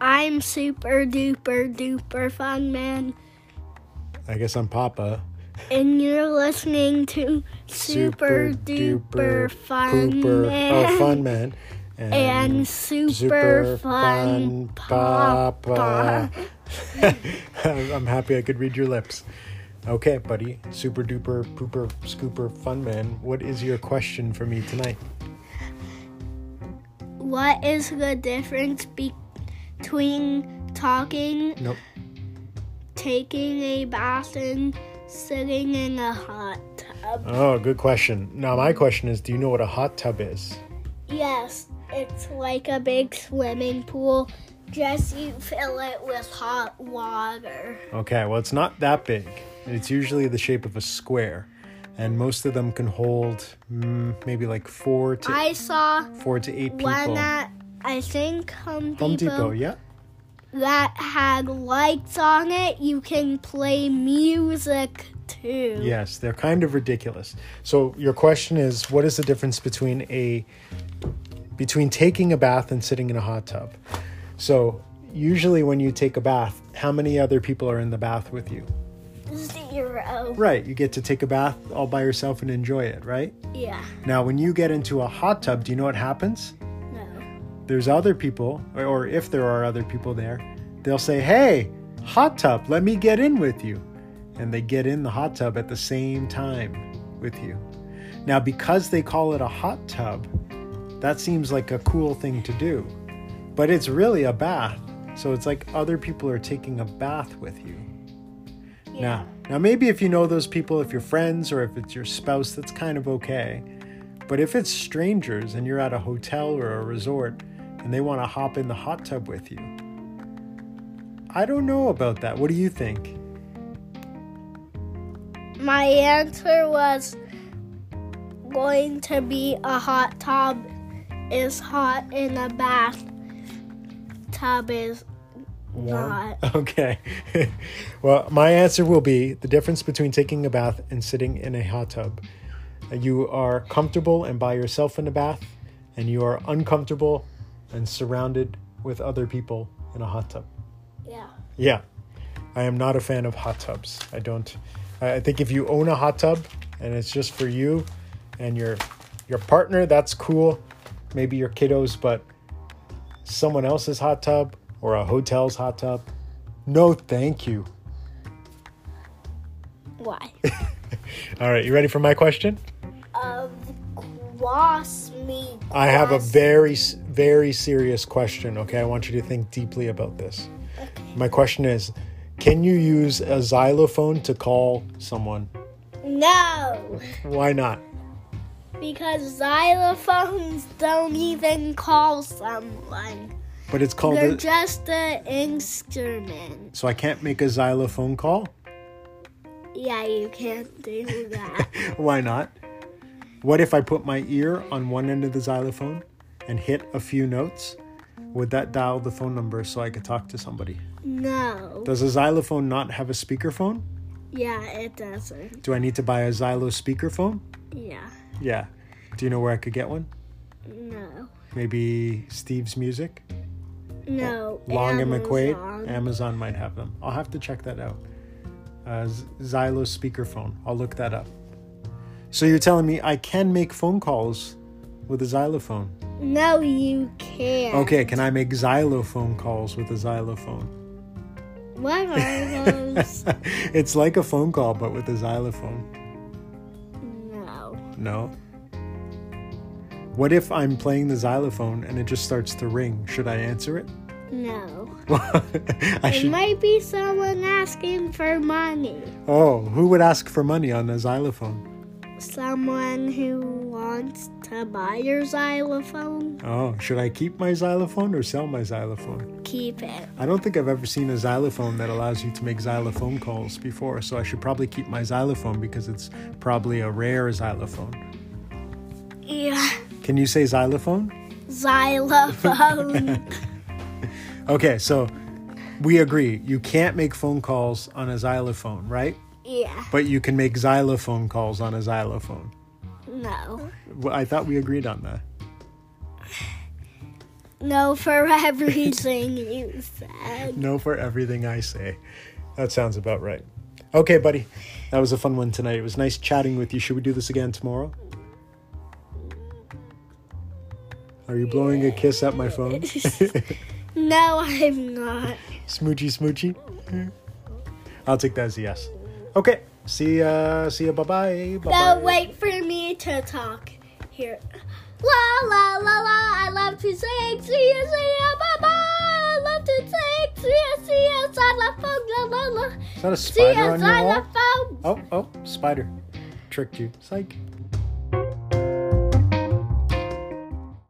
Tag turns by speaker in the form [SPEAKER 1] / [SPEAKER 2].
[SPEAKER 1] I'm super duper duper fun man,
[SPEAKER 2] I guess I'm Papa.
[SPEAKER 1] and you're listening to Super, Duper uh, Fun
[SPEAKER 2] Pooper-
[SPEAKER 1] Man
[SPEAKER 2] Oh, Fun Man.
[SPEAKER 1] and Super, Fun, Papa.
[SPEAKER 2] I'm I'm happy I could read your lips. Okay, buddy. Super duper pooper scooper fun man. What is your question for me tonight?
[SPEAKER 1] What is the difference be- between talking,
[SPEAKER 2] Nope.
[SPEAKER 1] taking a bath, and sitting in a hot tub?
[SPEAKER 2] Oh, good question. Now my question is, do you know what a hot tub is?
[SPEAKER 1] Yes, it's like a big swimming pool, just you fill it with hot water.
[SPEAKER 2] Okay, well it's not that big. It's usually the shape of a square, and most of them can hold mm, maybe like four to
[SPEAKER 1] I saw
[SPEAKER 2] four to eight people.
[SPEAKER 1] one at, I think, Home Depot,
[SPEAKER 2] Home Depot, yeah.
[SPEAKER 1] that had lights on it. You can play music too.
[SPEAKER 2] Yes, they're kind of ridiculous. So your question is, what is the difference between a between taking a bath and sitting in a hot tub? So usually when you take a bath, how many other people are in the bath with you?
[SPEAKER 1] Zero.
[SPEAKER 2] Right, you get to take a bath all by yourself and enjoy it, right?
[SPEAKER 1] Yeah.
[SPEAKER 2] Now when you get into a hot tub, do you know what happens?
[SPEAKER 1] No.
[SPEAKER 2] There's other people, or- or if there are other people there, they'll say, "Hey, hot tub, let me get in with you." And they get in the hot tub at the same time with you. Now, because they call it a hot tub, that seems like a cool thing to do. But it's really a bath. So it's like other people are taking a bath with you. Now, now maybe if you know those people, if you're friends or if it's your spouse, that's kind of okay. But if it's strangers and you're at a hotel or a resort and they want to hop in the hot tub with you, I don't know about that. What do you think?
[SPEAKER 1] My answer was going to be a hot tub is hot in a bath tub is not.
[SPEAKER 2] Okay. well, my answer will be the difference between taking a bath and sitting in a hot tub. You are comfortable and by yourself in a bath, and you are uncomfortable and surrounded with other people in a hot tub.
[SPEAKER 1] Yeah.
[SPEAKER 2] Yeah, I am not a fan of hot tubs. I don't. I I think if you own a hot tub and it's just for you and your your partner, that's cool. Maybe your kiddos, but someone else's hot tub or a hotel's hot tub, no, thank you.
[SPEAKER 1] Why?
[SPEAKER 2] All right, you ready for my question?
[SPEAKER 1] um, cross me.
[SPEAKER 2] I have a
[SPEAKER 1] cross-
[SPEAKER 2] very, s- very serious question. Okay, I want you to think deeply about this. My question is, can you use a xylophone to call someone?
[SPEAKER 1] No,
[SPEAKER 2] Why not?
[SPEAKER 1] because xylophones don't even call someone.
[SPEAKER 2] Oh, But it's called.
[SPEAKER 1] They're
[SPEAKER 2] a-
[SPEAKER 1] just an instrument.
[SPEAKER 2] So I can't make a xylophone call?
[SPEAKER 1] Yeah, you can't do that.
[SPEAKER 2] Why not? What if I put my ear on one end of the xylophone and hit a few notes? Would that dial the phone number so I could talk to somebody?
[SPEAKER 1] no.
[SPEAKER 2] Does a xylophone not have a speakerphone?
[SPEAKER 1] Yeah, it doesn't.
[SPEAKER 2] Do I need to buy a xylo speakerphone?
[SPEAKER 1] Yeah.
[SPEAKER 2] Yeah. Do you know where I could get one?
[SPEAKER 1] No.
[SPEAKER 2] Maybe Steve's Music?
[SPEAKER 1] No.
[SPEAKER 2] Long and McQuaid?
[SPEAKER 1] Amazon.
[SPEAKER 2] Amazon might have them. I'll have to check that out. Uh, Z- Xylo speakerphone. I'll look that up. So you're telling me I can make phone calls with a xylophone?
[SPEAKER 1] No, you can't.
[SPEAKER 2] Okay, can I make xylophone calls with a xylophone?
[SPEAKER 1] What are those?
[SPEAKER 2] it's like a phone call, but with a xylophone.
[SPEAKER 1] no.
[SPEAKER 2] No. What if I'm playing the xylophone and it just starts to ring? Should I answer it?
[SPEAKER 1] No.
[SPEAKER 2] I
[SPEAKER 1] It
[SPEAKER 2] should.
[SPEAKER 1] might be someone asking for money.
[SPEAKER 2] Oh, who would ask for money on a xylophone?
[SPEAKER 1] Someone who wants to buy your xylophone,
[SPEAKER 2] Oh, should I keep my xylophone or sell my xylophone?
[SPEAKER 1] keep it.
[SPEAKER 2] I don't think I've ever seen a xylophone that allows you to make xylophone calls before, so I should probably keep my xylophone because it's probably a rare xylophone.
[SPEAKER 1] Yeah.
[SPEAKER 2] Can you say xylophone?
[SPEAKER 1] Xylophone.
[SPEAKER 2] Okay, so we agree. You can't make phone calls on a xylophone, right?
[SPEAKER 1] yeah.
[SPEAKER 2] But you can make xylophone calls on a xylophone.
[SPEAKER 1] No.
[SPEAKER 2] Well, I thought we agreed on that.
[SPEAKER 1] No, for everything you said.
[SPEAKER 2] No for everything I say. That sounds about right. Okay, buddy. That was a fun one tonight. It was nice chatting with you. Should we do this again tomorrow? Are you blowing a kiss at my phone?
[SPEAKER 1] No, I'm not.
[SPEAKER 2] smoochy, smoochy. I'll take that as a yes. Okay. See ya. See ya. Bye bye.
[SPEAKER 1] No, wait for me to talk here. La la la la, I love to sing, see ya, see ya, bye bye. I love to sing, see ya, see ya, xylophone, la la la.
[SPEAKER 2] Is that a
[SPEAKER 1] See
[SPEAKER 2] spider
[SPEAKER 1] ya,
[SPEAKER 2] on your wall?
[SPEAKER 1] xylophone.
[SPEAKER 2] Oh, oh, spider. Tricked you. Psych.